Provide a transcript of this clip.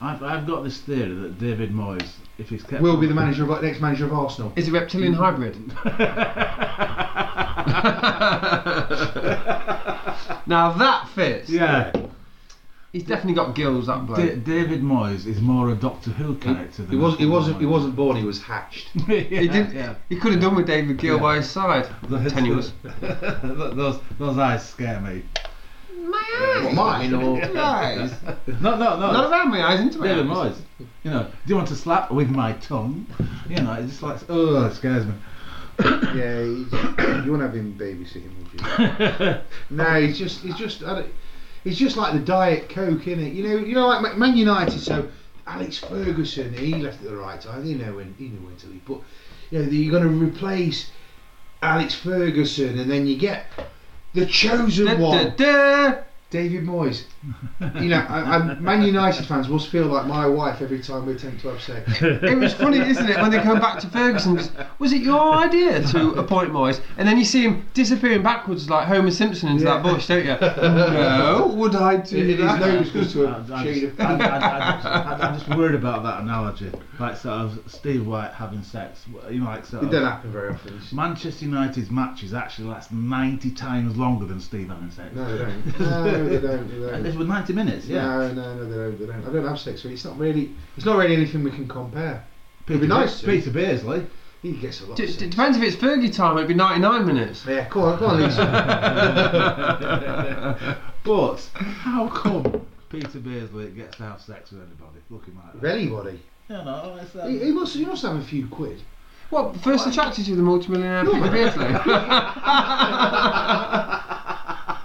I've, I've got this theory that David Moyes, if he's kept, Will be the manager of next manager of Arsenal. Is a reptilian hybrid? now that fits. yeah, He's definitely got gills, that bloke. D- David Moyes is more a Doctor Who character He than wasn't. He a wasn't. He footballer. wasn't born. He was hatched. yeah, he didn't. yeah. He could have done with David Gill by his side. Those- Tenuous. those those eyes scare me. What, mine or Nice. No, no, no. Not around my eyes, into my David eyes. Moyes. You know, do you want to slap with my tongue? You know, it's just like, oh, it scares me. Yeah, he's, you wouldn't have him babysitting, would you? no, he's just, he's just, I don't- he's just like the diet coke, is it? You know, you know, like Ma- Man United. So Alex Ferguson, he left at the right time. He know when, he knew when to leave. But you know, you're going to replace Alex Ferguson, and then you get the chosen Da, one. da, da. David Moyes. You know, I, I, Man United fans must feel like my wife every time we attempt to have sex. It was funny, isn't it, when they come back to Ferguson? 'cause Was it your idea to appoint Moyes? And then you see him disappearing backwards like Homer Simpson into Yeah. that bush, don't you? no, would I It, do it is that? no excuse to I'm, a I'm shade of just, I'm, I'm- I'm just- I'm just worried about that analogy. Like sort of Steve White having sex. You know, like sort It of don't happen very often. Manchester United's matches actually last 90 times longer than Steve having sex. No, they don't. No, they don't. They And don't. this was 90 minutes, yeah. No, no, no, they don't. They don't. I don't have sex. So it's not really. It's not really anything we can compare. It'd be nice to. Peter Beardsley. He gets a lot. D- of d- sex. depends if it's Fergie time, it'd be 99 minutes. Yeah, come on, come on, Lisa. But how come Peter Beardsley gets to have sex with anybody looking like With that? Anybody? You know, it's, uh, He, he must. He must have a few quid. What, first attracted you to the multimillionaire Peter Beardsley?